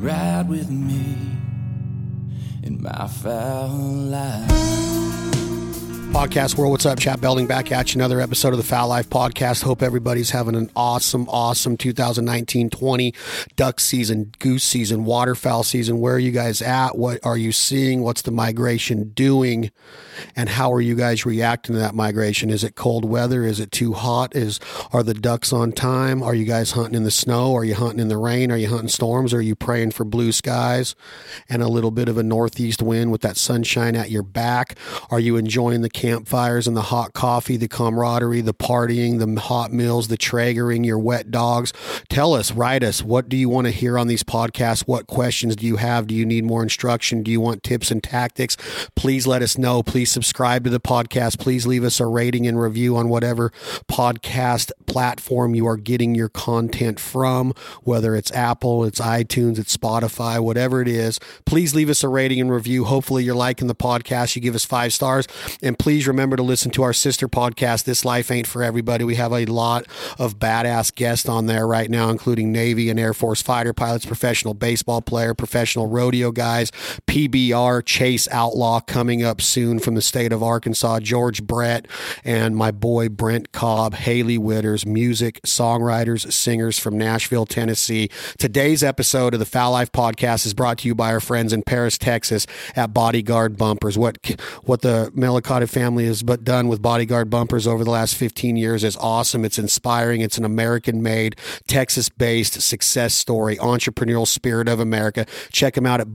ride with me in my foul life. Podcast world, what's up? Chat Belding back at you. Another episode of the Foul Life Podcast. Hope everybody's having an awesome, awesome 2019-20 duck season, goose season, waterfowl season. Where are you guys at? What are you seeing? What's the migration doing? And how are you guys reacting to that migration? Is it cold weather? Is it too hot? Is are the ducks on time? Are you guys hunting in the snow? Are you hunting in the rain? Are you hunting storms? Are you praying for blue skies and a little bit of a northeast wind with that sunshine at your back? Are you enjoying the campfires and the hot coffee, the camaraderie, the partying, the hot meals, the Traegering, your wet dogs? Tell us, write us. What do you want to hear on these podcasts? What questions do you have? Do you need more instruction? Do you want tips and tactics? Please let us know. Please subscribe to the podcast. Please leave us a rating and review on whatever podcast platform you are getting your content from, whether it's Apple, it's iTunes, it's Spotify, whatever it is. Please leave us a rating and review. Hopefully, you're liking the podcast. You give us five stars. And please remember to listen to our sister podcast, This Life Ain't For Everybody. We have a lot of badass guests on there right now, including Navy and Air Force fighter pilots, professional baseball player, professional rodeo guys, PBR Chase Outlaw coming up soon from the state of Arkansas, George Brett, and my boy Brent Cobb, Haley Witters, music, songwriters, singers from Nashville, Tennessee. Today's episode of the Foul Life Podcast is brought to you by our friends in Paris, Texas at Bodyguard Bumpers. What what the Melicotta family has but done with Bodyguard Bumpers over the last 15 years is awesome. It's inspiring. It's an American made, Texas based success story, entrepreneurial spirit of America. Check them out at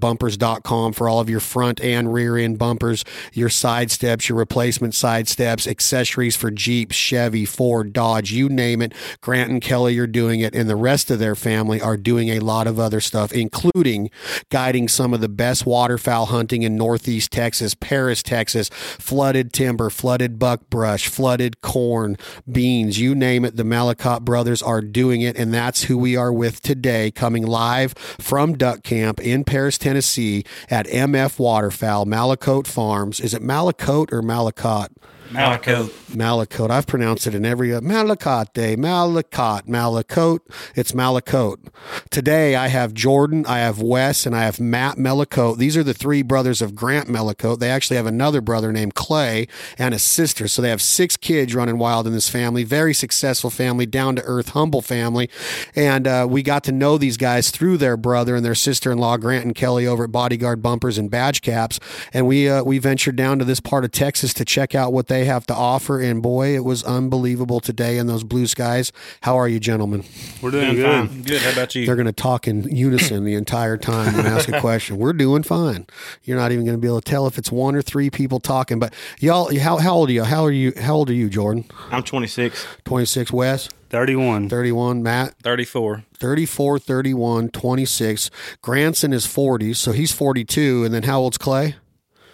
bodyguardbumpers.com for all of your front and rear end bumpers, your side steps, your replacement side steps, accessories for Jeep, Chevy, Ford, Dodge, you name it. Grant and Kelly are doing it, and the rest of their family are doing a lot of other stuff, including guiding some of the best waterfowl hunting in Northeast Texas, Paris, Texas, flooded timber, flooded buckbrush, flooded corn, beans, you name it. The Malakot brothers are doing it, and that's who we are with today, coming live from Duck Camp in Paris, Tennessee at MF Waterfowl, Malakot Farms. Is it Malakot or Malakot? Malaco. Malakot. I've pronounced it in every uh, Malakate, Malakot, Malakot. It's Malakot. Today I have Jordan, I have Wes, and I have Matt Malakot. These are the three brothers of Grant Malakot. They actually have another brother named Clay and a sister. So they have six kids running wild in this family. Very successful family, down to earth, humble family. And uh, we got to know these guys through their brother and their sister in law, Grant and Kelly, over at Bodyguard Bumpers and Badge Caps. And we uh, we ventured down to this part of Texas to check out what they have to offer. And boy, it was unbelievable today in those blue skies. How are you, gentlemen? We're doing Fine. good. Good. How about you? They're going to talk in unison the entire time and ask a question. We're doing fine. You're not even going to be able to tell if it's one or three people talking. But y'all, how, how old are you? How are you? How old are you, Jordan? I'm 26, 26, Wes, 31. 31, Matt, 34. 34, 31, 26. Granson is 40, so he's 42. And then how old's Clay?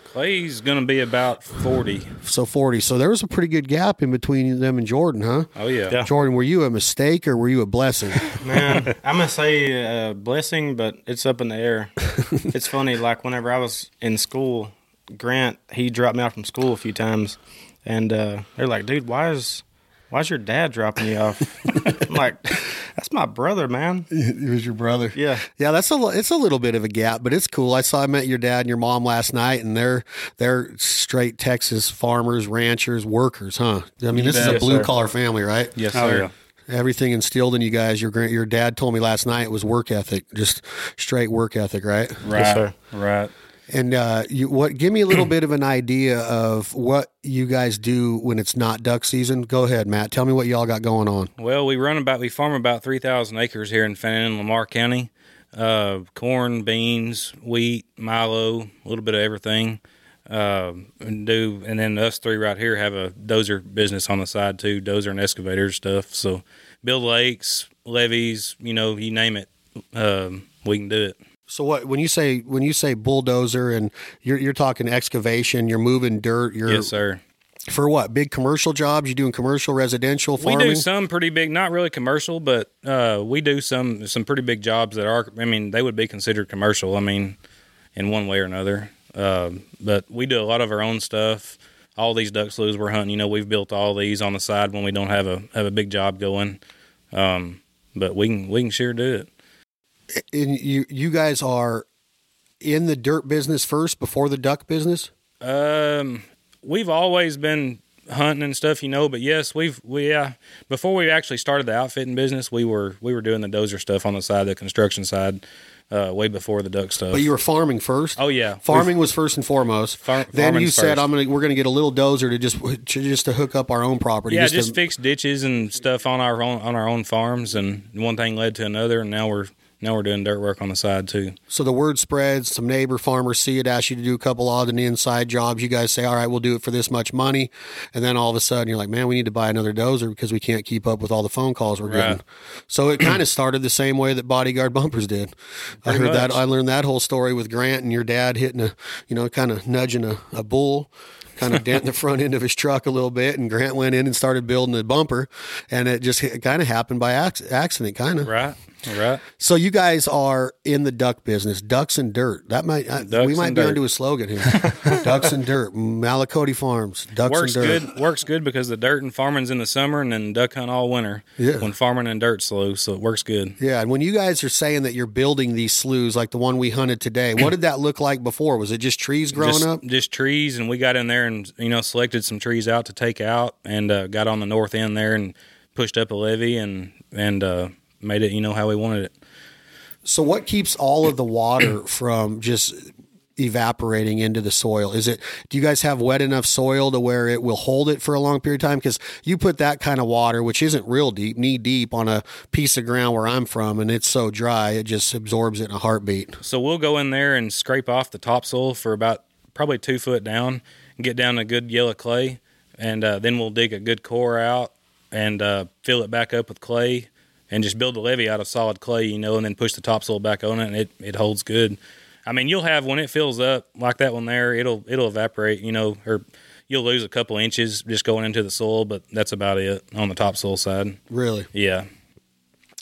Clay's going to be about 40. So 40. So there was a pretty good gap in between them and Jordan, huh? Oh, yeah. Yeah. Jordan, were you a mistake or were you a blessing? Man, I'm gonna say uh, blessing, but it's up in the air. it's funny, like whenever I was in school, Grant he dropped me off from school a few times, and uh, they're like, "Dude, why is why's your dad dropping you off?" I'm like, "That's my brother, man." it was your brother. Yeah, Yeah, that's a li- it's a little bit of a gap, but it's cool. I saw I met your dad and your mom last night, and they're they're straight Texas farmers, ranchers, workers, huh? I mean, this is a bet. blue collar family, right? Yes, oh sir. yeah. Everything instilled in you guys. Your grand, your dad told me last night was work ethic, just straight work ethic, right? Right. Yes, sir. Right. And uh, you, what? Give me a little bit of an idea of what you guys do when it's not duck season. Go ahead, Matt. Tell me what y'all got going on. Well, we run about, we farm about 3,000 acres here in Fannin and Lamar County. Uh, corn, beans, wheat, milo, a little bit of everything. Uh, and do and then us three right here have a dozer business on the side too, dozer and excavator stuff. So build lakes, levees, you know, you name it, um, we can do it. So what when you say when you say bulldozer and you're you're talking excavation, you're moving dirt, you're Yes, sir. for what? Big commercial jobs? You doing commercial, residential, farming? We do some pretty big, not really commercial, but uh, we do some some pretty big jobs that are. I mean, they would be considered commercial. I mean, in one way or another. Um but we do a lot of our own stuff. All these duck sloughs we're hunting, you know, we've built all these on the side when we don't have a have a big job going. Um, but we can we can sure do it. and you you guys are in the dirt business first before the duck business. Um, we've always been hunting and stuff, you know. But yes, we've we yeah. Before we actually started the outfitting business, we were we were doing the dozer stuff on the side, the construction side, uh, way before the duck stuff. But you were farming first. oh yeah, Farming was first and foremost. Far- then you farming's said, first. "I'm gonna we're gonna get a little dozer to just to, just to hook up our own property." yeah, just to- fix ditches and stuff on our own on our own farms, and one thing led to another, and now we're now we're doing dirt work on the side too. so the word spreads. Some neighbor farmers see it, ask you to do a couple odd and inside jobs. You guys say, "All right, we'll do it for this much money," and then all of a sudden you're like, "Man, we need to buy another dozer because we can't keep up with all the phone calls we're Right. getting." So it kind of started the same way that bodyguard bumpers did. I Pretty heard that. much. I learned that whole story with Grant and your dad hitting a, you know, kind of nudging a, a bull, kind of denting the front end of his truck a little bit, and Grant went in and started building a bumper, and it just kind of happened by acc- accident, kind of. Right, right. So you guys are in the duck business, ducks and dirt. That might I, Ducks we might and be dirt. onto a slogan here. ducks and dirt, Malacote Farms, ducks Works and dirt. good. Works good because the dirt and farming's in the summer, and then duck hunt all winter. Yeah. When farming and dirt's slow, so it works good. Yeah, and when you guys are saying that you're building these sloughs like the one we hunted today, what did that look like before? Was it just trees growing just, up? just trees, and we got in there and you know selected some trees out to take out, and uh, got on the north end there and pushed up a levee and and uh, made it you know how we wanted it. So what keeps all of the water from just evaporating into the soil? Is it do you guys have wet enough soil to where it will hold it for a long period of time cuz you put that kind of water which isn't real deep, knee deep on a piece of ground where I'm from and it's so dry it just absorbs it in a heartbeat. So we'll go in there and scrape off the topsoil for about probably two foot down and get down a good yellow clay. And uh, then we'll dig a good core out and uh, fill it back up with clay and just build the levee out of solid clay, you know, and then push the topsoil back on it and it, it holds good. I mean, you'll have when it fills up like that one there, it'll it'll evaporate, you know, or you'll lose a couple inches just going into the soil, but that's about it on the topsoil side. Really. Yeah.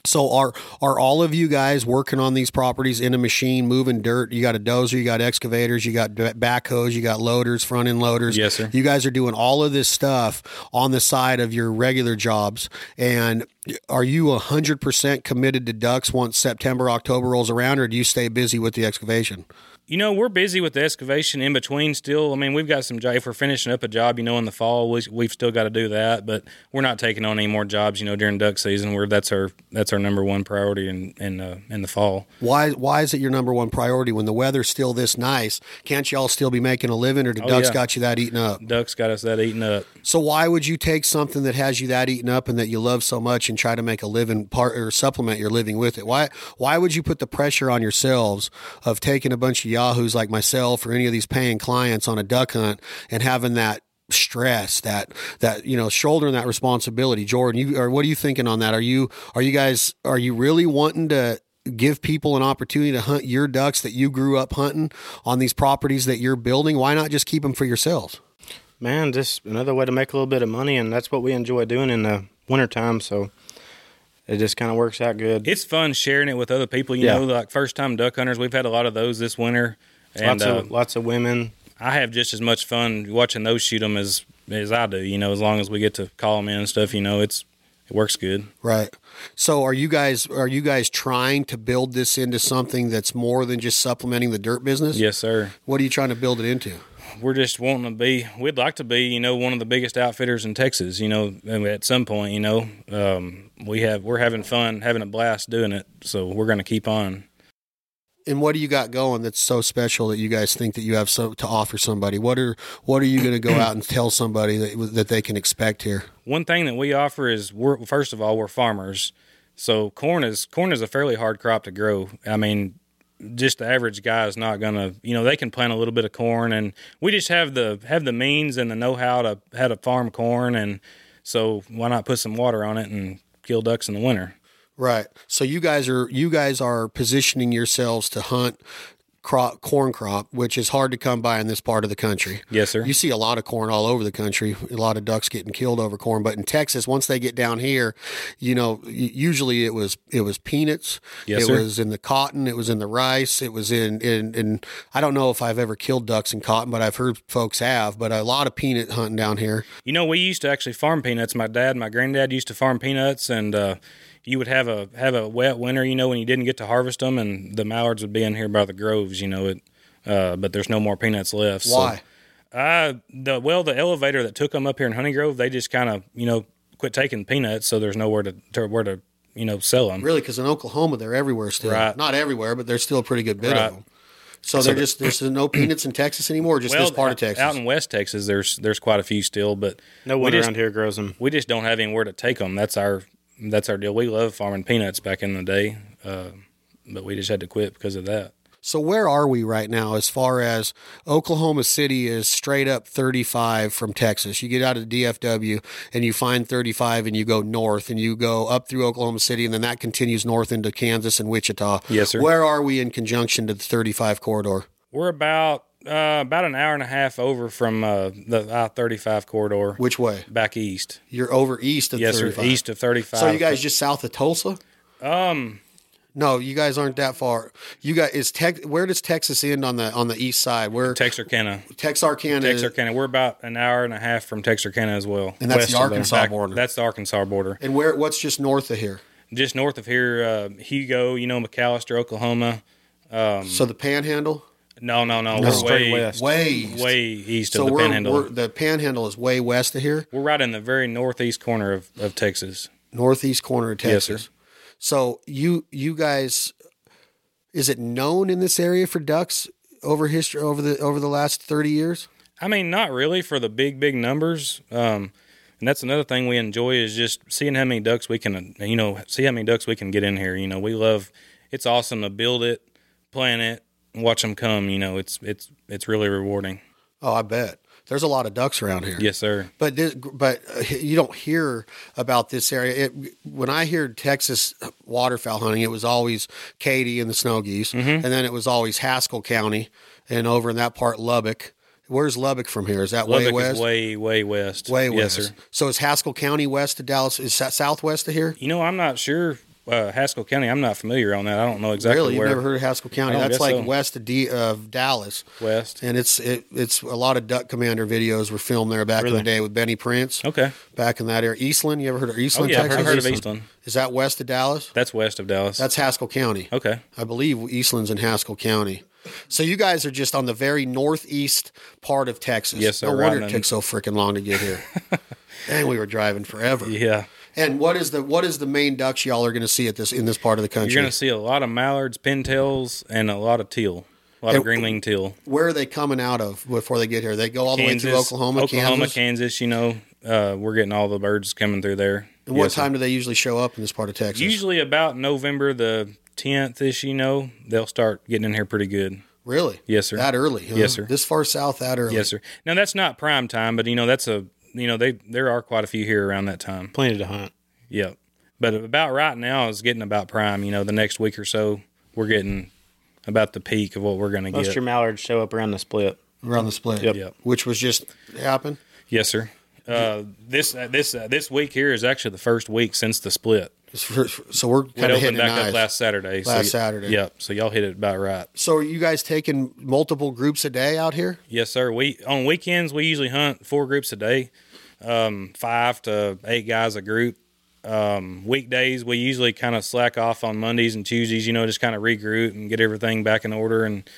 So are are all of you guys working on these properties in a machine, moving dirt? You got a dozer, you got excavators, you got ba- backhoes, you got loaders, front end loaders. Yes, sir. You guys are doing all of this stuff on the side of your regular jobs. And are you hundred percent committed to ducks once September, October rolls around, or do you stay busy with the excavation? You know, we're busy with the excavation in between still. I mean, we've got some job. If we're finishing up a job, you know, in the fall, we, we've still got to do that. But we're not taking on any more jobs, you know, during duck season. Where that's our that's our number one priority in in uh, in the fall. Why why is it your number one priority when the weather's still this nice? Can't y'all still be making a living, or do ducks Oh, yeah. got you that eaten up? Ducks got us that eaten up. So why would you take something that has you that eaten up and that you love so much and try to make a living part or supplement your living with it? Why why would you put the pressure on yourselves of taking a bunch of yahoos like myself or any of these paying clients on a duck hunt and having that stress that that you know shouldering that responsibility jordan you or what are you thinking on that are you are you guys are you really wanting to give people an opportunity to hunt your ducks that you grew up hunting on these properties that you're building why not just keep them for yourselves Man, just another way to make a little bit of money, and that's what we enjoy doing in the wintertime. So it just kind of works out good. It's fun sharing it with other people. You Yeah. know, like first time duck hunters. We've had a lot of those this winter. And lots uh, of lots of women. I have just as much fun watching those shoot them as as I do. You know, as long as we get to call them in and stuff. You know, it's it works good. Right. So are you guys are you guys trying to build this into something that's more than just supplementing the dirt business? Yes, sir. What are you trying to build it into? we're just wanting to be we'd like to be you know one of the biggest outfitters in texas you know and at some point you know um, we have we're having fun having a blast doing it so we're going to keep on And what do you got going that's so special that you guys think that you have so to offer somebody? What are what are you going to go out and tell somebody that that they can expect here? one thing that we offer is we're first of all we're farmers so corn is corn is a fairly hard crop to grow i mean just the average guy is not gonna you know they can plant a little bit of corn and we just have the have the means and the know-how to how to farm corn and so why not put some water on it and kill ducks in the winter Right. So you guys are you guys are positioning yourselves to hunt crop corn crop, which is hard to come by in this part of the country. yes sir You see a lot of corn all over the country. A lot of ducks getting killed over corn, but in Texas, once they get down here, you know, y- usually it was it was peanuts. Yes, it sir. was in the cotton. It was in the rice. It was in in in. I don't know if I've ever killed ducks in cotton, but I've heard folks have. But a lot of peanut hunting down here. You know, we used to actually farm peanuts. My dad, my granddad used to farm peanuts, and uh, you would have a have a wet winter, you know, and you didn't get to harvest them, and the mallards would be in here by the groves, you know it. Uh, but there's no more peanuts left. so- Why? uh, the well, the elevator that took them up here in Honey Grove, they just kind of you know quit taking peanuts, so there's nowhere to, to where to you know sell them. Really, because in Oklahoma they're everywhere still. Right. Not everywhere, but there's still a pretty good bit Right. of them. So, they're just there's no peanuts in Texas anymore. Just well, this part of out- Texas. out in West Texas, there's there's quite a few still, but No we one just, around here grows them. We just don't have anywhere to take them. That's our that's our deal. We love farming peanuts back in the day, uh, but we just had to quit because of that. So where are we right now as far as Oklahoma City is straight up 35 from Texas. You get out of DFW and you find 35 and you go north and you go up through Oklahoma City and then that continues north into Kansas and Wichita. Yes, sir. Where are we in conjunction to the 35 corridor? We're about uh, about an hour and a half over from uh, the I thirty five corridor Which way? back east. You're over east of Yes, 35. sir. East of thirty five. So you guys just south of Tulsa? um. No, you guys aren't that far. You guys is Tex where does Texas end on the on the east side? Where Texarkana. Texarkana is- Texarkana. We're about an hour and a half from Texarkana as well. and that's west the of there. Arkansas Back- border. That's the Arkansas border. and where what's just north of here? Just north of here, uh, Hugo, you know, McAllister, Oklahoma. Um, So the panhandle? No, no, no. We're Straight way, west. Way east. way east so of the we're, Panhandle. we're We're, the panhandle is way west of here, right in the very northeast corner of, of Texas. northeast corner of Yes, Texas. sir. So you you guys is it known in this area for ducks over history over the over the last 30 years? I mean, not really for the big, big numbers. Um, and that's another thing we enjoy is just seeing how many ducks we can, uh, you know, see how many ducks we can get in here. You know, we love. It's awesome to build it, plan it, and watch them come. You know, it's it's it's really rewarding. Oh, I bet. There's a lot of ducks around here. Yes, sir. But this, but uh, you don't hear about this area. It, when I hear Texas waterfowl hunting, it was always Katy and the snow geese, Mm-hmm. and then it was always Haskell County, and over in that part Lubbock. Where's Lubbock from here? Is that way Lubbock west? is way, way west. way west. yes, Sir. So is Haskell County west of Dallas? Is that southwest of here? You know, I'm not sure uh, Haskell County. I'm not familiar on that. I don't know exactly really, where you've never heard of Haskell County? I don't That's guess like so. west of, D, of Dallas, west. and it's it, it's a lot of Duck Commander videos were filmed there back in the Really? day with Benny Prince. Okay. Back in that area, Eastland. You ever heard of Oh Eastland? yeah, I've Texas? heard, of Eastland. Is that west of Dallas? That's west of Dallas. That's Haskell County. okay. I believe Eastland's in Haskell County. So you guys are just on the very northeast part of Texas. Yes, sir, No right wonder in it the- took so freaking long to get here. and we were driving forever. Yeah. And what is the what is the main ducks y'all are going to see at this in this part of the country? You're going to see a lot of mallards, pintails, and a lot of teal. A lot And- of greenling teal. Where are they coming out of before they get here? They go all Kansas, the way through Oklahoma, Kansas. you know, uh, we're getting all the birds coming through there. And what Yes, sir. time do they usually show up in this part of Texas? Usually about November the 10th ish, you know, they'll start getting in here pretty good. really? Yes, sir. That early? huh? Yes, sir. This far south that early? Yes, sir. Now that's not prime time, but you know that's a you know they there are quite a few here around that time. Plenty to hunt. Yep. But about right now is getting about prime. You know, the next week or so we're getting about the peak of what we're going to Most get. of your mallards show up around the split. Around the split. Yep. Yep. Which was just happened. yes, sir. Uh, this uh, this uh, this week here is actually the first week since the split. So we're It kind of opened hitting back eyes. up last Saturday. so Last y- Saturday. Yep. So y'all hit it about right. So are you guys taking multiple groups a day out here? Yes, sir. We on weekends we usually hunt four groups a day, um, five to eight guys a group. Um, weekdays we usually kind of slack off on Mondays and Tuesdays. You know, just kind of regroup and get everything back in order and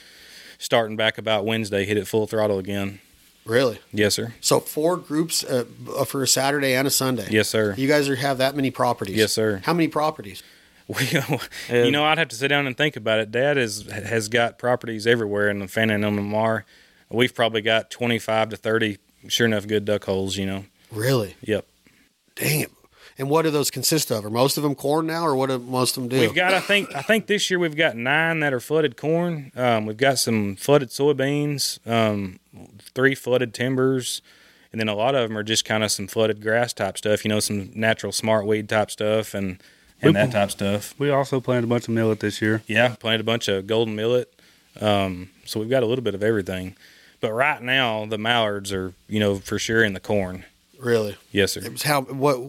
starting back about Wednesday, hit it full throttle again. Really? Yes, sir. So four groups uh, b- for a Saturday and a Sunday. Yes, sir. You guys are, have that many properties. Yes, sir. How many properties? We, you know, I'd have to sit down and think about it. Dad is has got properties everywhere in the Fannin and Lamar. We've probably got twenty five to thirty sure enough good duck holes. You know. Really? Yep. Dang it. And what do those consist of? Are most of them corn now, or what do most of them do? We've got, I think, I think this year we've got nine that are flooded corn. Um, we've got some flooded soybeans, um, three flooded timbers, and then a lot of them are just kind of some flooded grass type stuff. You know, some natural smartweed type stuff and and that type stuff. We also planted a bunch of millet this year. Yeah, planted a bunch of golden millet. Um, so we've got a little bit of everything. But right now the mallards are, you know, for sure in the corn. really? Yes, sir. It was how? What?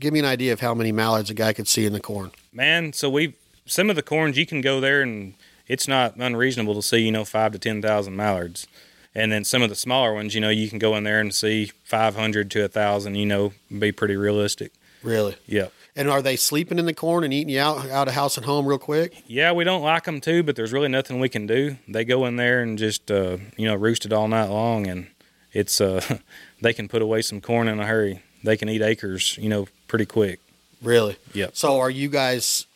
Give me an idea of how many mallards a guy could see in the corn. man so we some of the corns you can go there and it's not unreasonable to see you know five to ten thousand mallards and then some of the smaller ones you know you can go in there and see 500 to a thousand you know be pretty realistic Really? yep And are they sleeping in the corn and eating you out out of house and home real quick? Yeah, we don't like them too, but there's really nothing we can do. They go in there and just uh, you know roosted all night long, and it's uh, they can put away some corn in a hurry. They can eat acres, you know, pretty quick. Really? Yep. So are you guys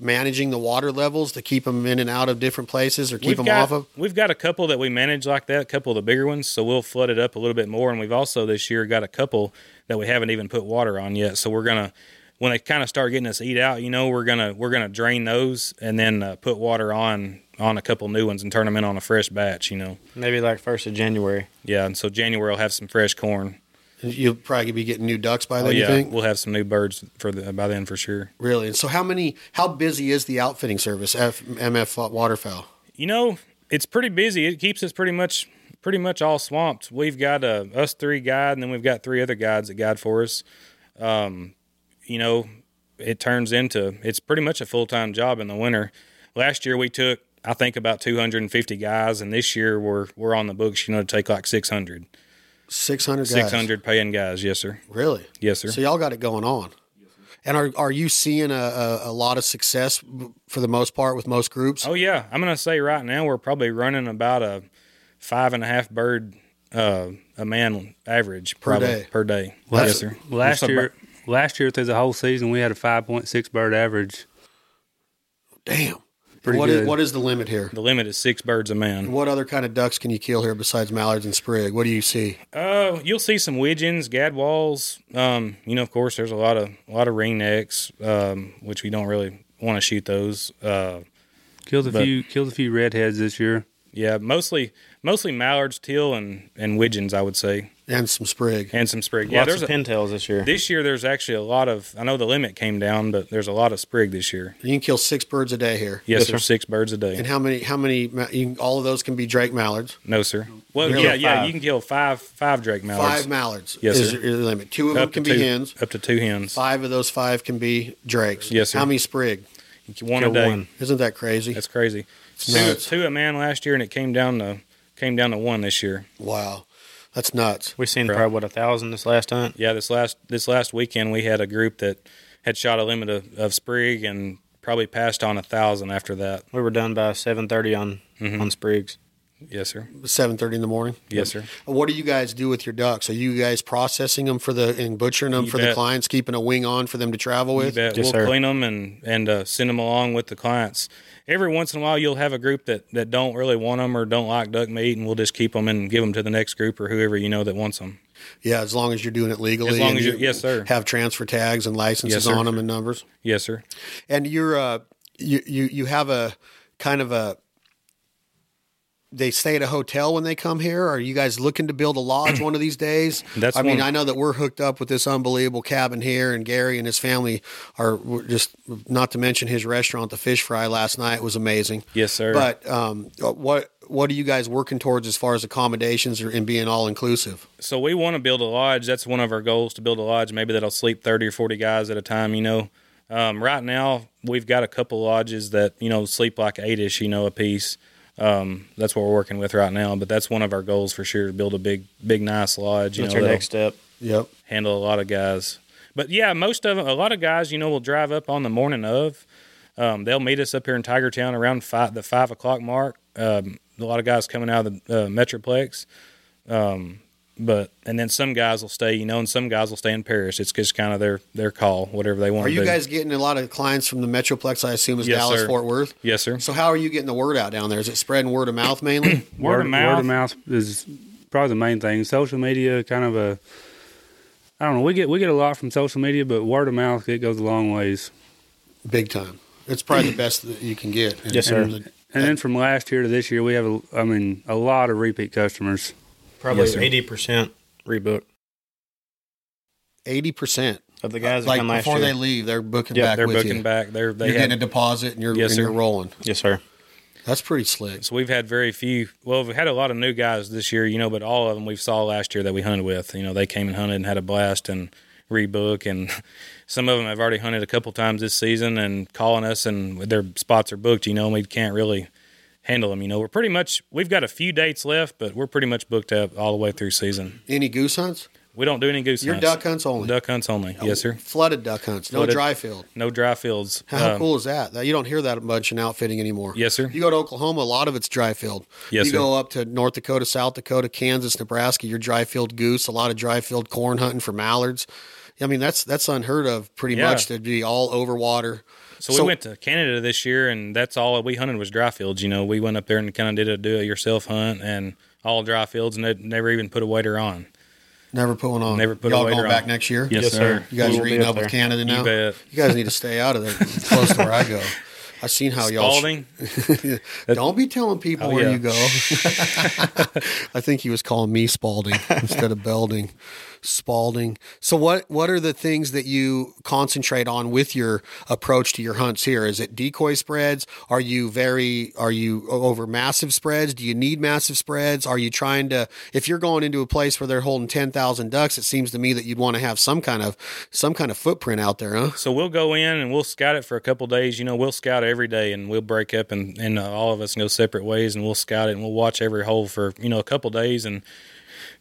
managing the water levels to keep them in and out of different places or keep We've them got, off of? We've got a couple that we manage like that, a couple of the bigger ones, so we'll flood it up a little bit more. And we've also this year got a couple that we haven't even put water on yet. So we're gonna when they kind of start getting us eat out, you know, we're gonna we're gonna drain those and then uh, put water on on a couple new ones and turn them in on a fresh batch, you know. Maybe like first of January. Yeah, and so January will have some fresh corn. You'll probably be getting new ducks by then. Oh, You yeah, think? we'll have some new birds for the by then for sure. Really? And so, how many? How busy is the outfitting service? F, MF Waterfowl. You know, it's pretty busy. It keeps us pretty much pretty much all swamped. We've got uh, us three guide, and then we've got three other guides that guide for us. Um, you know, it turns into it's pretty much a full time job in the winter. Last year we took I think about 250 guys, and this year we're we're on the books. You know, to take like 600, Six hundred. 600 paying guys. Yes, sir. Really? Yes, sir. So y'all got it going on. And are are you seeing a, a, a lot of success for the most part with most groups? Oh yeah, I'm gonna say right now we're probably running about a five and a half bird uh, a man average probably, day. Per day. yes, sir. Last We're so- year, last year through the whole season, we had a 5.6 bird average. Damn. Pretty What is- good. what is the limit here? the limit is six birds a man. What other kind of ducks can you kill here besides mallards and sprig? What do you see? Uh, you'll see some widgeons, gadwalls. Um, you know, of course, there's a lot of a lot of ringnecks, um, which we don't really want to shoot those. Uh, Killed a But- few, killed a few redheads this year. yeah, mostly mostly mallards, teal, and and widgeons. I would say, And some sprig. and some sprig. Yeah, Lots there's of a, pintails this year. this year. There's actually a lot of. I know the limit came down, but there's a lot of sprig this year. You can kill six birds a day here. Yes, Yes, sir. sir. Six birds a day. And how many? How many? ma- You can, all of those can be Drake mallards. No, sir. Well, Really? yeah, yeah. Five. You can kill five five Drake mallards. Five mallards Yes, is sir. your limit. Two of them up can to be two, hens. Up to two hens. Five of those five can be drakes. Yes, sir. How many sprig? One a Kill day. one. Isn't that crazy? That's crazy. Two, nuts. two a man last year, and it came down to came down to one this year. wow, that's nuts. We seen probably what a thousand this last hunt. Yeah, this last this last weekend we had a group that had shot a limit of, of sprig and probably passed on a thousand after that. We were done by seven thirty on Mm-hmm. on Sprigs. Yes, sir. Seven thirty in the morning. Yes, sir. What do you guys do with your ducks? Are you guys processing them for the and butchering them You for the bet. clients, keeping a wing on for them to travel with? that Yes, we'll sir. clean them and and uh, send them along with the clients. Every once in a while, you'll have a group that that don't really want them or don't like duck meat, and we'll just keep them and give them to the next group or whoever you know that wants them. Yeah, as long as you're doing it legally. As long and as you you're- yes, sir. Have transfer tags and Yes, licenses sir. on them and numbers. Yes, sir. And you're uh, you you you have a kind of a. They stay at a hotel when they come here. Are you guys looking to build a lodge one of these days? That's I mean, one- I know that we're hooked up with this unbelievable cabin here, and Gary and his family are we're just not to mention his restaurant, the Fish Fry, last night was amazing. Yes, sir. But um, what what are you guys working towards as far as accommodations or, and being all inclusive? so we want to build a lodge. That's one of our goals to build a lodge. Maybe that'll sleep thirty or forty guys at a time. You know, um, right now we've got a couple lodges that you know sleep like eightish. You know, a piece. Um, that's what we're working with right now. But that's one of our goals for sure. to Build a big, big, nice lodge. You That's know, our that'll next step. Yep. handle a lot of guys. But yeah, most of a lot of guys, you know, will drive up on the morning of. Um, they'll meet us up here in Tiger Town around five, the five o'clock mark. Um, a lot of guys coming out of the uh, Metroplex, um, but and then some guys will stay, you know, and some guys will stay in Paris. It's just kind of their their call, whatever they want. Are to you do. guys getting a lot of clients from the Metroplex? I assume is Yes, Dallas, sir. Fort Worth. Yes, sir. So how are you getting the word out down there? Is it spreading word of mouth mainly? Word of Word mouth. of mouth is probably the main thing. Social media, kind of a, I don't know. We get we get a lot from social media, but word of mouth it goes a long ways. Big time. It's probably the best that you can get. Yes, sir. And- And then from last year to this year, we have, a, I mean, a lot of repeat customers. Probably Yes, sir. eighty percent rebook Eighty percent. of the guys that Like come last before year. they leave, they're booking Yeah, back they're with booking you. back. They're they you're have, getting a deposit and you're Yes, and sir. you're rolling. yes, sir. That's pretty slick. So we've had very few. Well, we've had a lot of new guys this year, you know, but all of them we've saw last year that we hunted with. You know, they came and hunted and had a blast and rebook, and some of them have already hunted a couple times this season and calling us, and their spots are booked. You know, and we can't really handle them. You know, we're pretty much we've got a few dates left, but we're pretty much booked up all the way through season. Any goose hunts? We don't do any goose Your hunts. duck hunts only. Duck hunts only. Yes, sir. Flooded duck hunts, no Flooded. dry field. No dry fields. How Um, cool is that? That you don't hear that much in outfitting anymore. Yes, sir. You go to Oklahoma, a lot of it's dry field. Yes, you go up to North Dakota, South Dakota, Kansas, Nebraska. Your dry field goose, a lot of dry field corn hunting for mallards. I mean, that's that's unheard of. Pretty Yeah. much to be all over water. So, we So- went to Canada this year, and that's all we hunted was dry fields. You know, we went up there and kind of did a do-it-yourself hunt, and all dry fields, and they never even put a waiter on. Never put one on. Never put a Y'all waiter going back on. next year. Yes, sir. You guys We will are be eating up up with there. Canada now. bet. You guys need to stay out of there, close to where I go. I seen how y'all. Spalding. Don't be telling people Oh, where yeah. you go. I think he was calling me Spalding instead of Belding. Spalding. So what what are the things that you concentrate on with your approach to your hunts here? Is it decoy spreads? Are you very are you o- over massive spreads? Do you need massive spreads? Are you trying to if you're going into a place where they're holding 10,000 ducks, it seems to me that you'd want to have some kind of some kind of footprint out there, huh? So we'll go in and we'll scout it for a couple days. You know, we'll scout every day and we'll break up and, and uh, all of us go separate ways and we'll scout it and we'll watch every hole for, you know, a couple days and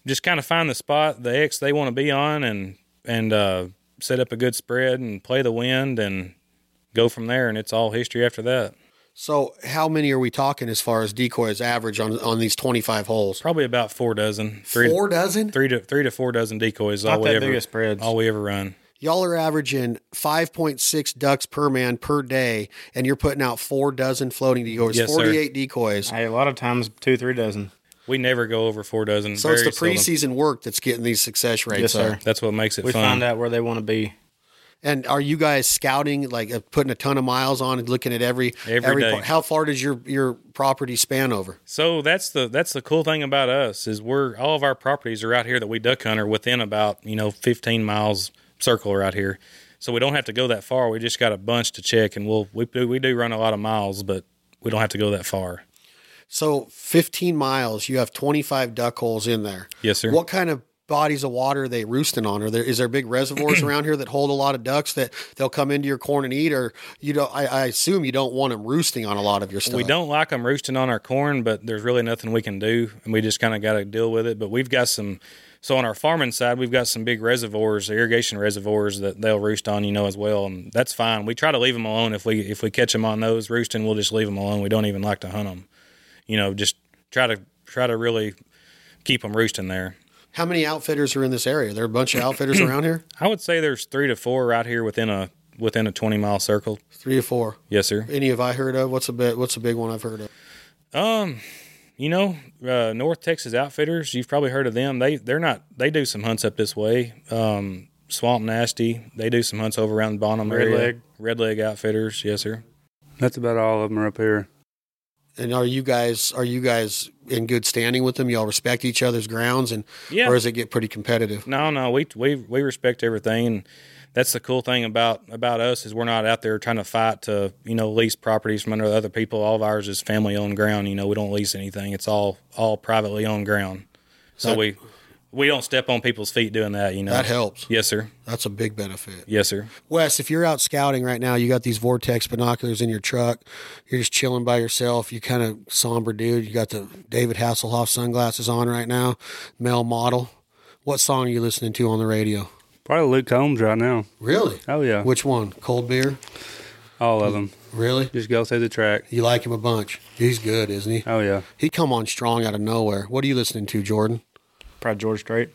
just kind of find the spot, the X they want to be on and, and, uh, set up a good spread and play the wind and go from there. And it's all history after that. So how many are we talking as far as decoys average on on these 25 holes? Probably about four dozen, three, Four dozen? three to three to four dozen decoys. Not all we that ever, big of spreads. all we ever run. Y'all are averaging 5.6 ducks per man per day, and you're putting out four dozen floating decoys, Yes, sir. 48 decoys. Hey, a lot of times two, three dozen. We never go over four dozen. So it's Very the seldom. preseason work that's getting these success rates Yes, sir. up. That's what makes it We fun. find out where they want to be. And are you guys scouting, like uh, putting a ton of miles on and looking at every Every day. part? How far does your your property span over? So that's the that's the cool thing about us is we're all of our properties are out here that we duck hunt are within about you know 15 miles circle right here, so we don't have to go that far. We just got a bunch to check, and we'll we do we do run a lot of miles, but we don't have to go that far. So 15 miles, you have 25 duck holes in there. Yes, sir. What kind of bodies of water are they roosting on? Are there is there big reservoirs around here that hold a lot of ducks that they'll come into your corn and eat? Or you don't? I, I assume you don't want them roosting on a lot of your stuff. We don't like them roosting on our corn, but there's really nothing we can do, and we just kind of got to deal with it. But we've got some. So on our farming side, we've got some big reservoirs, irrigation reservoirs that they'll roost on, you know, as well, and that's fine. We try to leave them alone if we if we catch them on those roosting, we'll just leave them alone. We don't even like to hunt them, you know. Just try to try to really keep them roosting there. How many outfitters are in this area? There are a bunch of outfitters around here. I would say there's three to four right here within a within a 20 mile circle. Three or four. Yes, sir. Any have I heard of? What's a bit? What's a big one I've heard of? Um, you know, uh, North Texas Outfitters. You've probably heard of them. They they're not. They do some hunts up this way. Um, Swamp Nasty. They do some hunts over around Bonham Red area. Leg. Red Leg Outfitters. Yes, sir. That's about all of them are up here. And are you guys are you guys in good standing with them? Y'all respect each other's grounds, and Yeah. or does it get pretty competitive? No, no. We we we respect everything, and that's the cool thing about about us is we're not out there trying to fight to you know lease properties from under other people. All of ours is family owned ground. You know, we don't lease anything. It's all all privately owned ground. So That- we we don't step on people's feet doing that. You know. That helps. Yes, sir. That's a big benefit. Yes, sir. Wes, if you're out scouting right now, you got these vortex binoculars in your truck. You're just chilling by yourself. You kind of somber dude. You got the David Hasselhoff sunglasses on right now, male model. What song are you listening to on the radio? Probably Luke Combs right now. Really? Oh yeah, Which one? Cold beer? all of them. Really? Just go through the track. You like him a bunch. He's good, isn't he? Oh yeah, He come on strong out of nowhere. What are you listening to, Jordan? Probably George Strait.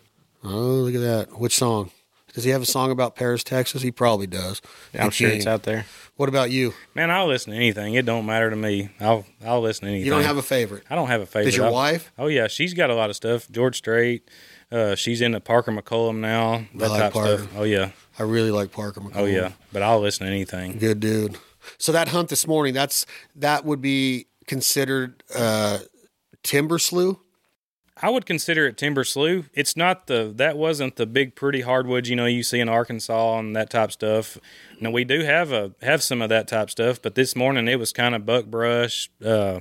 Oh, look at that. Which song? Does he have a song about Paris, Texas? He probably does. Yeah, I'm The sure it's King. out there. What about you? Man, I'll listen to anything. It don't matter to me. I'll I'll listen to anything. You don't have a favorite. I don't have a favorite. Does your I've- wife? Oh yeah, she's got a lot of stuff. George Strait. Uh, she's into Parker McCollum now. That like type Parker. stuff. Oh yeah. I really like Parker McCollum. Oh yeah. But I'll listen to anything. Good dude. So that hunt this morning, that's that would be considered uh timber slew. I would consider it timber slough. It's not the that wasn't the big pretty hardwoods you know you see in Arkansas and that type stuff. Now we do have a have some of that type stuff, but this morning it was kind of buck brush, uh,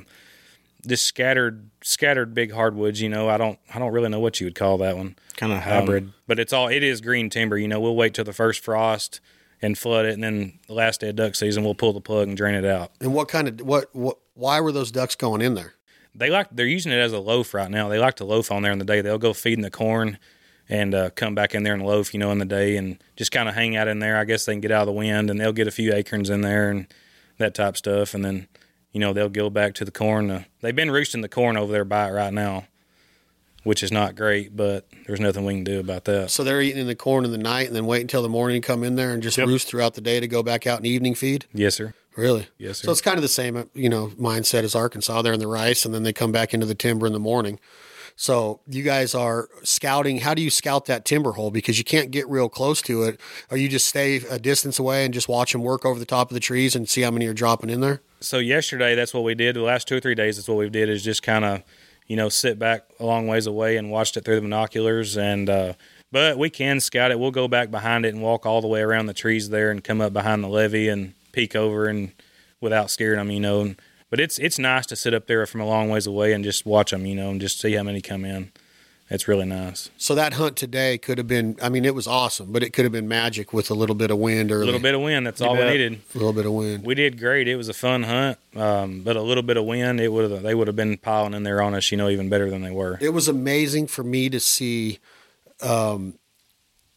just scattered scattered big hardwoods. You know I don't I don't really know what you would call that one. Kind of Um, hybrid. but it's all it is green timber. You know, we'll wait till the first frost and flood it, and then the last day of duck season, we'll pull the plug and drain it out. And what kind of what what why were those ducks going in there? They like they're using it as a loaf right now. They like to loaf on there in the day. They'll go feeding the corn, and uh, come back in there and loaf, you know, in the day and just kind of hang out in there. I guess they can get out of the wind and they'll get a few acorns in there and that type stuff. And then, you know, they'll go back to the corn. Uh, they've been roosting the corn over there by it right now, which is not great, but there's nothing we can do about that. So they're eating in the corn in the night and then wait until the morning, come in there and just roost throughout the day to go back out and evening feed. Yes, sir. Really? Yes, sir. So it's kind of the same, uh, you know, mindset as Arkansas. They're in the rice and then they come back into the timber in the morning. So you guys are scouting. How do you scout that timber hole? Because you can't get real close to it. Or you just stay a distance away and just watch them work over the top of the trees and see how many are dropping in there? so yesterday that's what we did the last two or three days that's what we did is just kind of you know sit back a long ways away and watched it through the binoculars and uh but we can scout it we'll go back behind it and walk all the way around the trees there and come up behind the levee and peek over and without scaring them you know and, but it's it's nice to sit up there from a long ways away and just watch them you know and just see how many come in it's really nice So that hunt today could have been, I mean, it was awesome, but it could have been magic with a little bit of wind or a little bit of wind that's all we bet. needed a little bit of wind. we did great. It was a fun hunt, um, but a little bit of wind, it would have they would have been piling in there on us, you know, even better than they were. it was amazing for me to see um,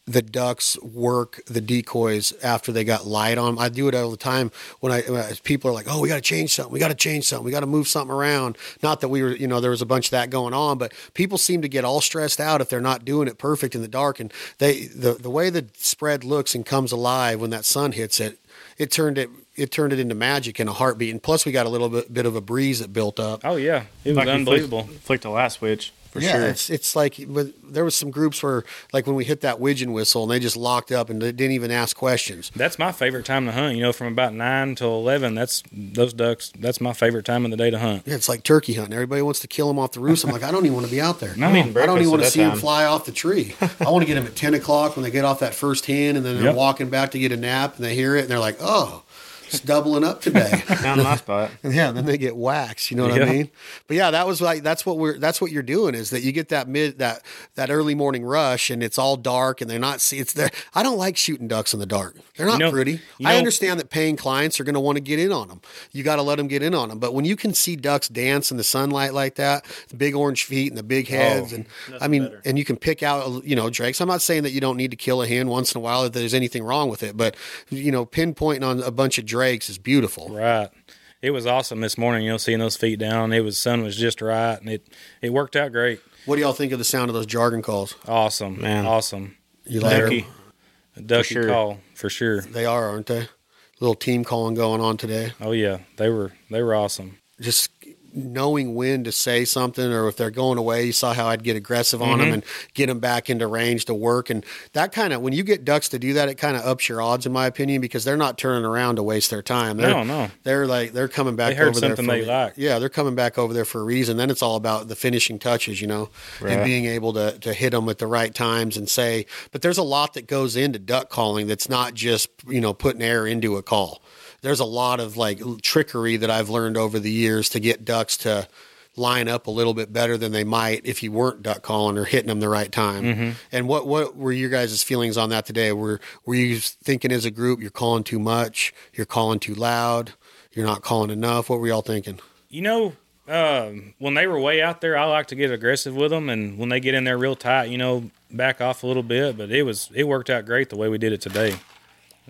the ducks work the decoys after they got light on. 'em. I do it all the time when I, when I- people are like, "Oh, we got to change something. We got to change something. We got to move something around." Not that we were, you know, there was a bunch of that going on, but people seem to get all stressed out if they're not doing it perfect in the dark. And they the the way the spread looks and comes alive when that sun hits it, it turned it it turned it into magic in a heartbeat. And plus, we got a little bit, bit of a breeze that built up. Oh yeah, it was Like you unbelievable. Flicked, flicked the last switch for yeah, sure. it's it's like but there was some groups where like when we hit that widgeon whistle and they just locked up and they didn't even ask questions. That's my favorite time to hunt. You know, from about nine till eleven. That's those ducks. That's my favorite time of the day to hunt. Yeah, it's like turkey hunting. Everybody wants to kill them off the roost. I'm like, I don't even want to be out there. I'm eating I don't breakfast even at want to that see them time. fly off the tree. I want to get them at ten o'clock when they get off that first hen, and then they're Yep. walking back to get a nap, and they hear it, and they're like, "Oh, it's doubling up today." Down in my spot. And yeah, then they get waxed. You know what I Yeah. mean? But yeah, that was like that's what we're that's what you're doing is that you get that mid that that early morning rush and it's all dark and they're not see it's there. I don't like shooting ducks in the dark. They're not know- pretty. you I know- understand that paying clients are going to want to get in on them. You got to let them get in on them. But when you can see ducks dance in the sunlight like that, the big orange feet and the big Oh, heads, and I mean, and you can pick out you know drakes. I'm not saying that you don't need to kill a hen once in a while if there's anything wrong with it, but you know, pinpointing on a bunch of drakes is beautiful. Right. It was awesome this morning. You know, seeing those feet down. It was sun was just right, and it it worked out great. What do y'all think of the sound of those jargon calls? Awesome, Man. Awesome. You like Lucky. them? Ducky sure. call for sure. They are, aren't they? Little team calling going on today. Oh yeah, they were they were awesome. Just knowing when to say something or if they're going away, you saw how I'd get aggressive on Mm-hmm. them and get them back into range to work. And that kind of, when you get ducks to do that, it kind of ups your odds, in my opinion, because they're not turning around to waste their time. They're, No, no. They're like, they're coming back They heard over something there. they for- liked. Yeah, they're coming back over there for a reason. Then it's all about the finishing touches, you know, and Right. being able to to hit them at the right times and say. But there's a lot that goes into duck calling that's not just you know putting air into a call. There's a lot of like l- trickery that I've learned over the years to get ducks to line up a little bit better than they might if you weren't duck calling or hitting them the right time. And what what were your guys' feelings on that today? Were were you thinking as a group you're calling too much, you're calling too loud, you're not calling enough? What were y'all thinking? You know, um, when they were way out there, I like to get aggressive with them, and when they get in there real tight, you know, back off a little bit. But it was it worked out great the way we did it today.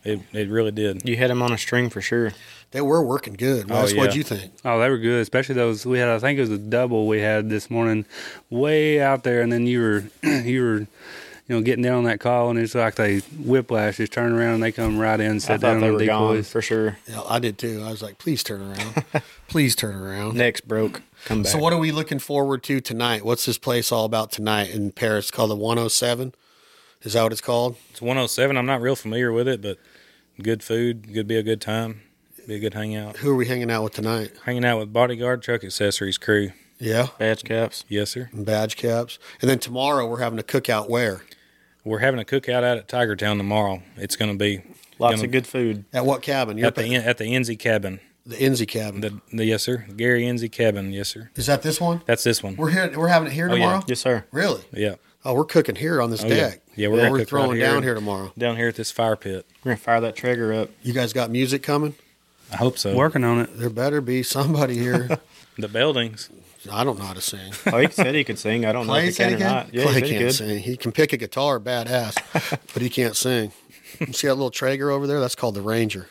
It it really did. You had him on a string for sure. They were working good. Wes, yeah. What'd you think? Oh, they were good, especially those we had. I think it was a double we had this morning, way out there, and then you were, you were, you know, getting down on that call, and it's like they whiplash, just turn around and they come right in, I sit thought down they on were the gone decoys. for sure. Yeah, I did too. I was like, please turn around. please turn around. Necks broke. Come back. So, what are we looking forward to tonight? What's this place all about tonight in Paris called the 107? Is that what it's called? It's 107. I'm not real familiar with it, but good food, could be a good time, be a good hangout. Who are we hanging out with tonight? Hanging out with Bodyguard Truck Accessories crew. Yeah, Badge caps. Yes, sir. and badge caps. And then tomorrow we're having a cookout where? We're having a cookout out at Tiger Town tomorrow. It's going to be Lots gonna- of good food. At what cabin? You're at the en- at the Enzy cabin. the Enzy cabin. The, the yes, sir. Gary Enzy cabin. Yes, sir. Is that this one? That's this one. We're here. We're having it here Oh, yeah. tomorrow. Yes, sir. Really? Yeah, Oh, we're cooking here on this Oh, yeah. deck. Yeah, we're gonna cook right throwing here. down here tomorrow. down here at this fire pit. We're gonna fire that Traeger up. You guys got music coming? I hope so. Working on it. There better be somebody here. The buildings. I don't know how to sing. Oh, he said he could sing. I don't know if Clay he can said or he can. not. Yeah, Clay he said he can't could. sing. He can pick a guitar, badass, but he can't sing. See that little Traeger over there? That's called the Ranger.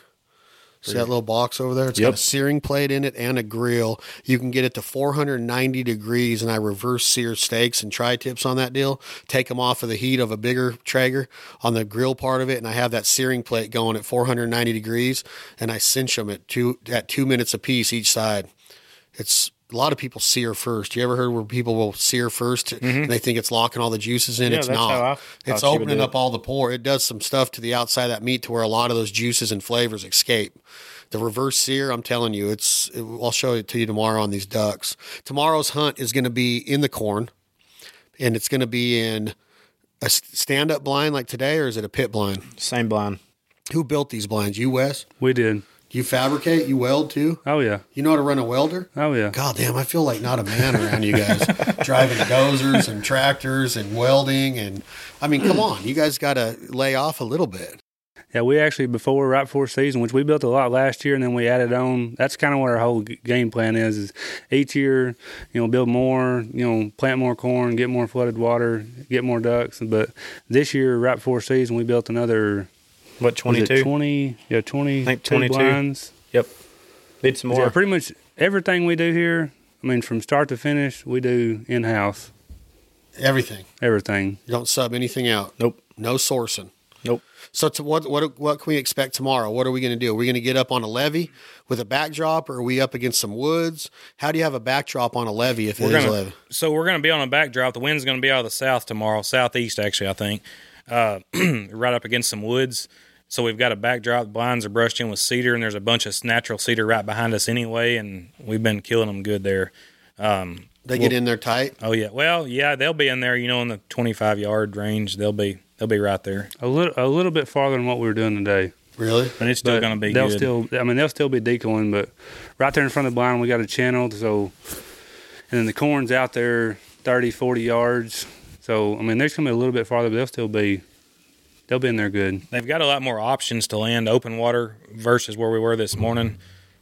See that little box over there? It's got a Yep. searing plate in it and a grill. You can get it to 490 degrees, and I reverse sear steaks and tri tips on that deal. Take them off of the heat of a bigger Traeger on the grill part of it, and I have that searing plate going at 490 degrees, and I cinch them at two at two minutes apiece each side it's a lot of people sear first. You ever heard where people will sear 1st and they think it's locking all the juices in? Mm-hmm. Yeah, it's that's not. how I it's thought you would opening do up it. all the pore. It does some stuff to the outside of that meat to where a lot of those juices and flavors escape. The reverse sear, I'm telling you, it's. It, I'll show it to you tomorrow on these ducks. Tomorrow's hunt is going to be in the corn, and it's going to be in a stand up blind like today, or is it a pit blind? Same blind. Who built these blinds? You, Wes? We did. You fabricate? You weld too? Oh yeah. You know how to run a welder? Oh yeah. God damn, I feel like not a man around you guys. Driving dozers and tractors and welding and I mean, come on, you guys got to lay off a little bit. Yeah, we actually before right before season, which we built a lot last year, and then we added on. That's kind of what our whole g- game plan is: is each year, you know, build more, you know, plant more corn, get more flooded water, get more ducks. But this year, right before season, we built another What, was it 22? twenty, yeah, twenty, I think 22 22. blinds. Yep. Need some Yeah, more. pretty much everything we do here. I mean, from start to finish, we do in house Everything. everything. You don't sub anything out. Nope. No sourcing. Nope. So to what what what can we expect tomorrow? What are we going to do? Are we going to get up on a levee with a backdrop or are we up against some woods? How do you have a backdrop on a levee if it is We're a gonna, levee? so we're going to be on a backdrop. The wind's going to be out of the south tomorrow, southeast actually, I think. Uh, right up against some woods. So we've got a backdrop. The blinds are brushed in with cedar, and there's a bunch of natural cedar right behind us anyway, and we've been killing them good there. They get in there tight. Oh yeah, well yeah, they'll be in there. You know, in the 25 yard range, they'll be they'll be right there, A little, a little bit farther than what we were doing today. Really? but it's still But going to be They'll good. still. I mean, they'll still be decoying, but right there in front of the blind, we got a channel. So, and then the corn's out there 30, 40 yards. So, I mean, they're coming a little bit farther, but they'll still be. They'll be in there good. They've got a lot more options to land open water versus where we were this morning.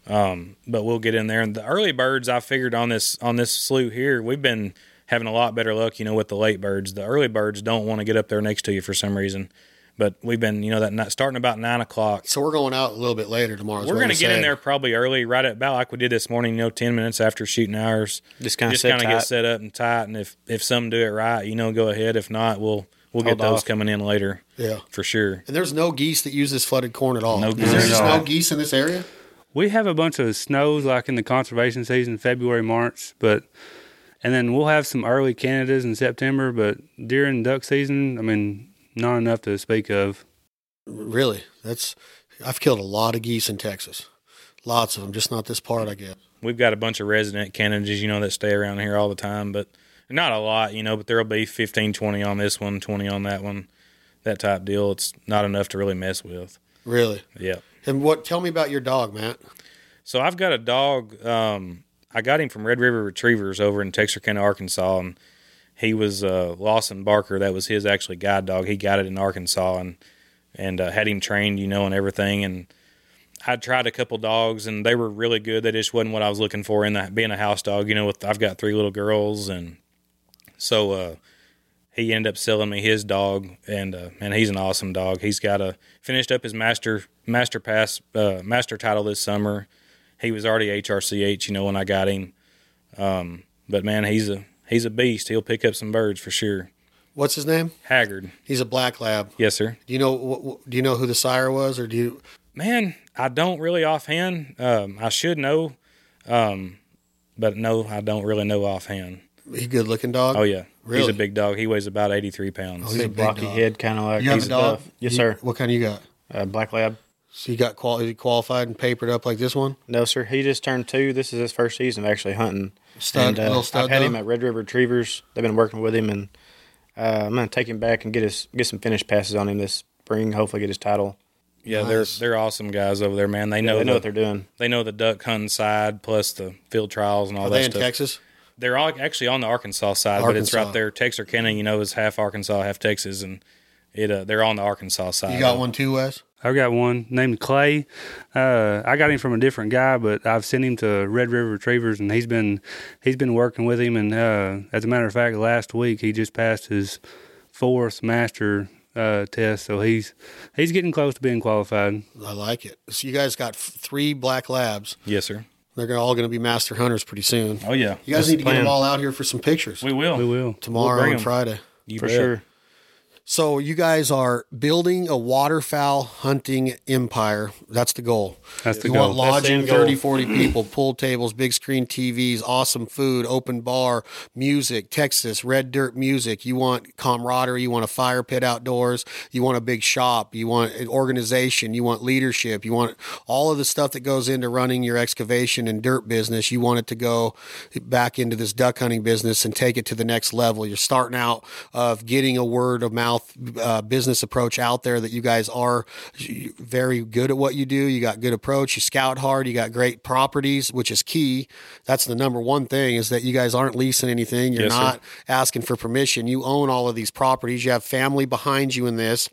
Um, but we'll get in there. And the early birds, I figured on this on this slough here, we've been having a lot better luck, you know, with the late birds. The early birds don't want to get up there next to you for some reason. But we've been, you know, that night, starting about nine o'clock. So we're going out a little bit later tomorrow. is We're what going to I'm get in saying. there probably early, right at about like we did this morning, you know, ten minutes after shooting hours. Just kinda just sit kind of get tight. set up and tight. And if if some do it right, you know, go ahead. If not, we'll we'll get Hold those off. coming in later Yeah. for sure. And there's no geese that use this flooded corn at all. No Is geese there at just all. no geese in this area? We have a bunch of snows like in the conservation season, February, March, but and then we'll have some early Canadas in September, but during duck season, I mean, not enough to speak of. Really? That's I've killed a lot of geese in Texas. Lots of them, just not this part, I guess. we've got a bunch of resident Canadas, you know, that stay around here all the time, but not a lot, you know, but there'll be 15, 20 on this one, 20 on that one, that type deal. It's not enough to really mess with. Really. Yeah. And what tell me about your dog, Matt. So I've got a dog. Um, I got him from Red River Retrievers over in Texarkana, Arkansas, and he was uh, Lawson Barker. That was his actually guide dog. He got it in Arkansas and and uh, had him trained, you know, and everything. And I tried a couple dogs, and they were really good. They just wasn't what I was looking for in the, being a house dog. You know, with I've got three little girls, and so uh, he ended up selling me his dog, and uh, man, he's an awesome dog. He's got a finished up his master master pass uh, master title this summer he was already HRCH, you know, when I got him. Um, but man, he's a he's a beast. He'll pick up some birds for sure. What's his name? Haggard, He's a black lab. yes sir. Do you know wh- wh- do you know who the sire was or do you Man, I don't really offhand. Um, I should know, um, but no, I don't really know offhand. he good looking dog? Oh yeah, he's Really? a big dog. He weighs about eighty three pounds. he's a big Big blocky dog. head, kind of like. You have he's a dog? tough. Yes, You- sir. What kind you got? Uh, black lab. So you got qual- is he qualified and papered up like this one? No, sir. He just turned two. This is his first season of actually hunting. uh, Stud- little stud I've had dog? him at Red River Retrievers. They've been working with him, and uh, I'm gonna take him back and get his get some finished passes on him this spring. Hopefully, get his title. Yeah, Nice. they're they're awesome guys over there, man. They know they know the, what they're doing. they know the duck hunting side plus the field trials and all Are that they in stuff. Texas? they're all actually on the Arkansas side, but it's Arkansas. right there. Texarkana, you know, is half Arkansas, half Texas, and it uh, they're on the Arkansas side. You got one too, Wes? I've got one named Clay. Uh, I got him from a different guy, but I've sent him to Red River Retrievers, and he's been he's been working with him. And uh, as a matter of fact, last week he just passed his fourth master uh, test, so he's he's getting close to being qualified. I like it. So you guys got f- three black labs. Yes, sir. They're gonna- all going to be master hunters pretty soon. Oh yeah. You guys need to get plan. them all out here for some pictures We will. We will. tomorrow bring and 'em. Friday. You for bet. sure. So you guys are building a waterfowl hunting empire. That's the goal. That's the you goal. want lodging, That's the end 30, 40 people, pool tables, big screen TVs, awesome food, open bar, music, Texas, red dirt music. You want camaraderie. You want a fire pit outdoors. You want a big shop. You want an organization. You want leadership. You want all of the stuff that goes into running your excavation and dirt business. You want it to go back into this duck hunting business and take it to the next level. You're starting out of getting a word of mouth uh, business approach out there that you guys are very good at what you do. You got good approach. You scout hard. You got great properties, which is key. That's the number one thing is that you guys aren't leasing anything. You're Yes, sir. not asking for permission. You own all of these properties. You have family behind you in this.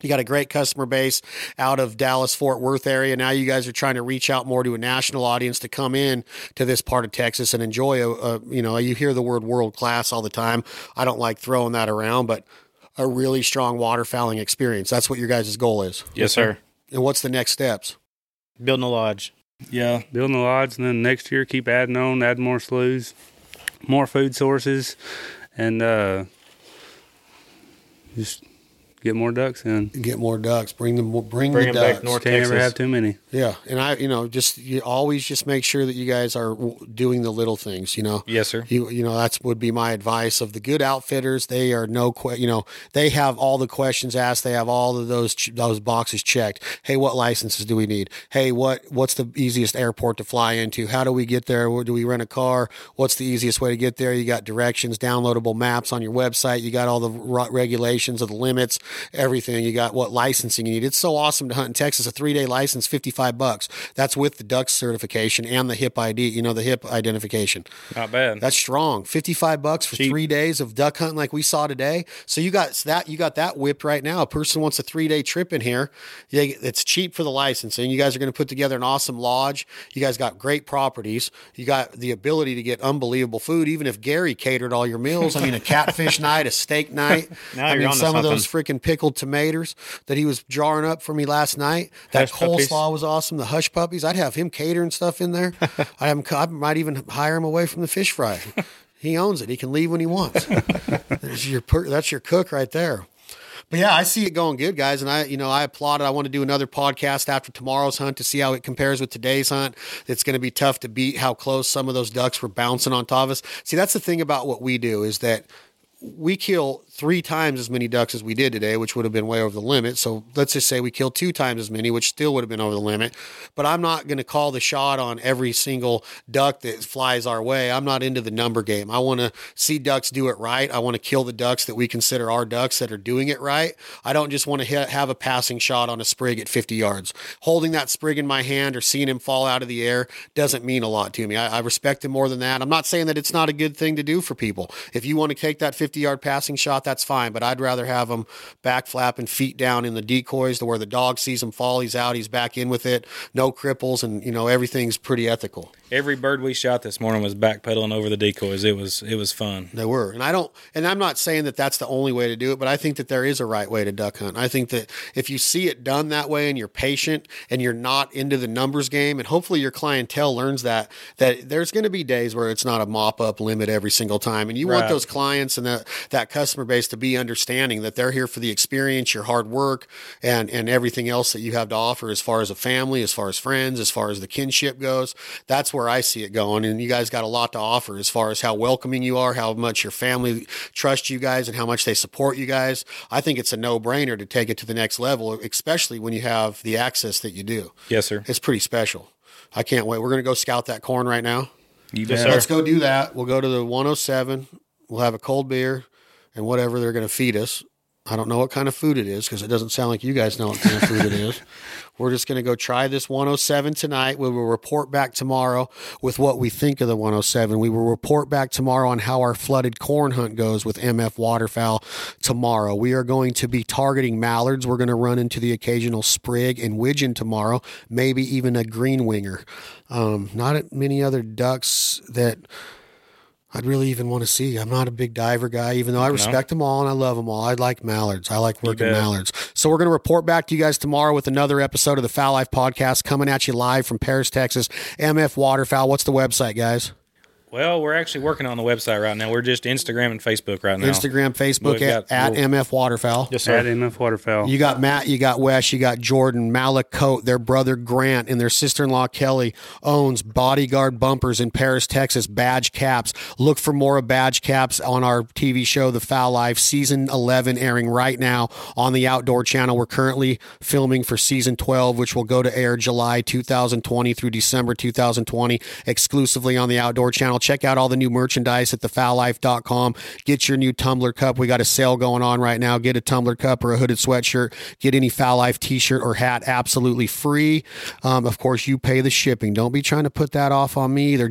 You got a great customer base out of Dallas Fort Worth area. Now you guys are trying to reach out more to a national audience to come in to this part of Texas and enjoy a, a you know you hear the word world class all the time. I don't like throwing that around, but a really strong waterfowling experience. That's what your guys' goal is. Yes, sir. And what's the next steps? Building a lodge. Yeah. building the lodge, and then next year keep adding on, add more sloughs, more food sources, and uh, just get more ducks in. Get more ducks. Bring them. Bring, Bring the 'em back ducks. north. Can't ever Texas. have too many. Yeah, and I, you know, just you always just make sure that you guys are w- doing the little things. You know, Yes, sir. You, you know, that's would be my advice of the good outfitters. They are no, que- you know, they have all the questions asked. They have all of those ch- those boxes checked. Hey, what licenses do we need? Hey, what what's the easiest airport to fly into? How do we get there? Where- Do we rent a car? What's the easiest way to get there? You got directions, downloadable maps on your website. You got all the ro- regulations of the limits, everything. You got what licensing you need. It's so awesome to hunt in Texas. A three day license, fifty five bucks. That's with the duck certification and the HIP ID. You know, the HIP identification. Not bad. That's strong. Fifty-five bucks for three days of duck hunting, like we saw today. So you got so that you got that whipped right now. A person wants a three-day trip in here. They, it's cheap for the licensing. You guys are going to put together an awesome lodge. You guys got great properties. You got the ability to get unbelievable food. Even if Gary catered all your meals, I mean, a catfish night, a steak night. I Now you're mean, onto some of those something. freaking pickled tomatoes that he was jarring up for me last night. That Hush coleslaw puppies. was awesome. The hush puppies, I'd have him catering stuff in there. I, am, I might even hire him away from the fish fry. he owns it. He can leave when he wants. There's your per- that's your cook right there. But yeah, I see it going good, guys. And I, you know, I applaud it. I want to do another podcast after tomorrow's hunt to see how it compares with today's hunt. It's going to be tough to beat how close some of those ducks were bouncing on top of us. See, that's the thing about what we do is that we kill three times as many ducks as we did today, which would have been way over the limit. So let's just say we killed two times as many, which still would have been over the limit. But I'm not going to call the shot on every single duck that flies our way. I'm not into the number game. I want to see ducks do it right. I want to kill the ducks that we consider our ducks that are doing it right. I don't just want to hit, have a passing shot on a sprig at 50 yards. Holding that sprig in my hand or seeing him fall out of the air doesn't mean a lot to me. I, I respect him more than that. I'm not saying that it's not a good thing to do for people. If you want to take that 50 yard passing shot, that's fine, but I'd rather have him back flapping feet down in the decoys to where the dog sees him fall. He's out, he's back in with it. No cripples, and you know, everything's pretty ethical. Every bird we shot this morning was backpedaling over the decoys. It was it was fun. They were, and I don't, and I'm not saying that that's the only way to do it, but I think that there is a right way to duck hunt. I think that if you see it done that way, and you're patient, and you're not into the numbers game, and hopefully your clientele learns that that there's going to be days where it's not a mop up limit every single time, and you want Right. those clients and that that customer base to be understanding that they're here for the experience, your hard work, and and everything else that you have to offer as far as a family, as far as friends, as far as the kinship goes. That's where I see it going, and you guys got a lot to offer as far as how welcoming you are, how much your family trusts you guys, and how much they support you guys. I think it's a no brainer to take it to the next level, especially when you have the access that you do. Yes, sir. It's pretty special. I can't wait. We're gonna go scout that corn right now. You Yes, bet. sir. Let's go do oh that. We'll go to the 107. We'll have a cold beer and whatever they're going to feed us. I don't know what kind of food it is because it doesn't sound like you guys know what kind of food it is. We're just going to go try this 107 tonight. We will report back tomorrow with what we think of the 107. We will report back tomorrow on how our flooded corn hunt goes with MF waterfowl tomorrow. We are going to be targeting mallards. We're going to run into the occasional sprig and widgeon tomorrow, maybe even a green winger. Um, not at many other ducks that. I'd really even want to see. I'm not a big diver guy, even though I respect them all and I love them all. I like mallards. I like working bet. mallards. So we're going to report back to you guys tomorrow with another episode of the Foul Life Podcast coming at you live from Paris, Texas. MF Waterfowl. What's the website, guys? Well, we're actually working on the website right now. We're just Instagram and Facebook right now. Instagram, Facebook We've at, got- at we'll- MF Waterfowl. Yes, At sir. MF Waterfowl. You got Matt, you got Wes, you got Jordan, Malakote, their brother Grant, and their sister in law Kelly owns bodyguard bumpers in Paris, Texas, badge caps. Look for more of badge caps on our TV show, The Foul Life, season 11, airing right now on the Outdoor Channel. We're currently filming for season 12, which will go to air July 2020 through December 2020, exclusively on the Outdoor Channel. Check out all the new merchandise at thefoullife.com. Get your new tumbler cup. We got a sale going on right now. Get a tumbler cup or a hooded sweatshirt. Get any Foul Life t shirt or hat absolutely free. Um, of course, you pay the shipping. Don't be trying to put that off on me either.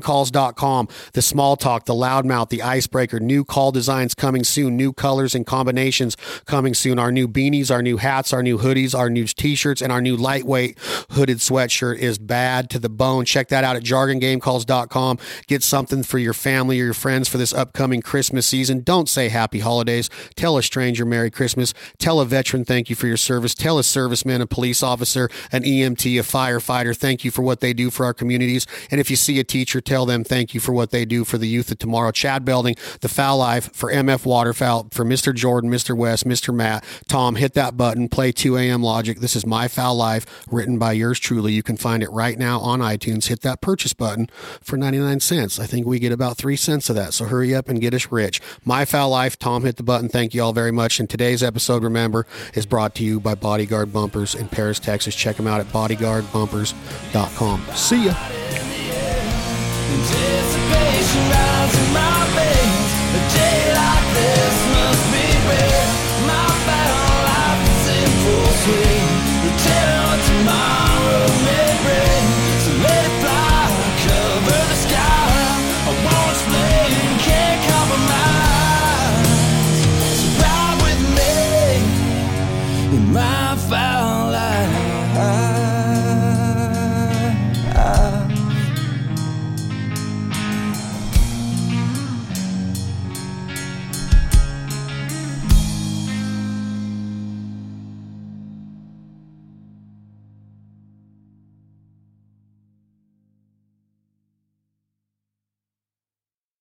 JargonGameCalls.com, the small talk, the loudmouth, the icebreaker, new call designs coming soon, new colors and combinations coming soon. Our new beanies, our new hats, our new hoodies, our new t shirts, and our new lightweight hooded sweatshirt is bad to the bone. Check that out at jargongamecalls.com. Get something for your family or your friends for this upcoming Christmas season. Don't say happy holidays. Tell a stranger Merry Christmas. Tell a veteran thank you for your service. Tell a serviceman, a police officer, an EMT, a firefighter thank you for what they do for our communities. And if you see a teacher, tell them thank you for what they do for the youth of tomorrow. Chad Belding, The Foul Life for MF Waterfowl, for Mr. Jordan, Mr. West, Mr. Matt, Tom, hit that button, play 2 a.m. Logic. This is My Foul Life, written by yours truly. You can find it right now on iTunes. Hit that purchase button for 99 cents. I think we get about 3 cents of that. So hurry up and get us rich. My Foul Life, Tom, hit the button. Thank you all very much. And today's episode, remember, is brought to you by Bodyguard Bumpers in Paris, Texas. Check them out at bodyguardbumpers.com. See ya. Anticipation rides in my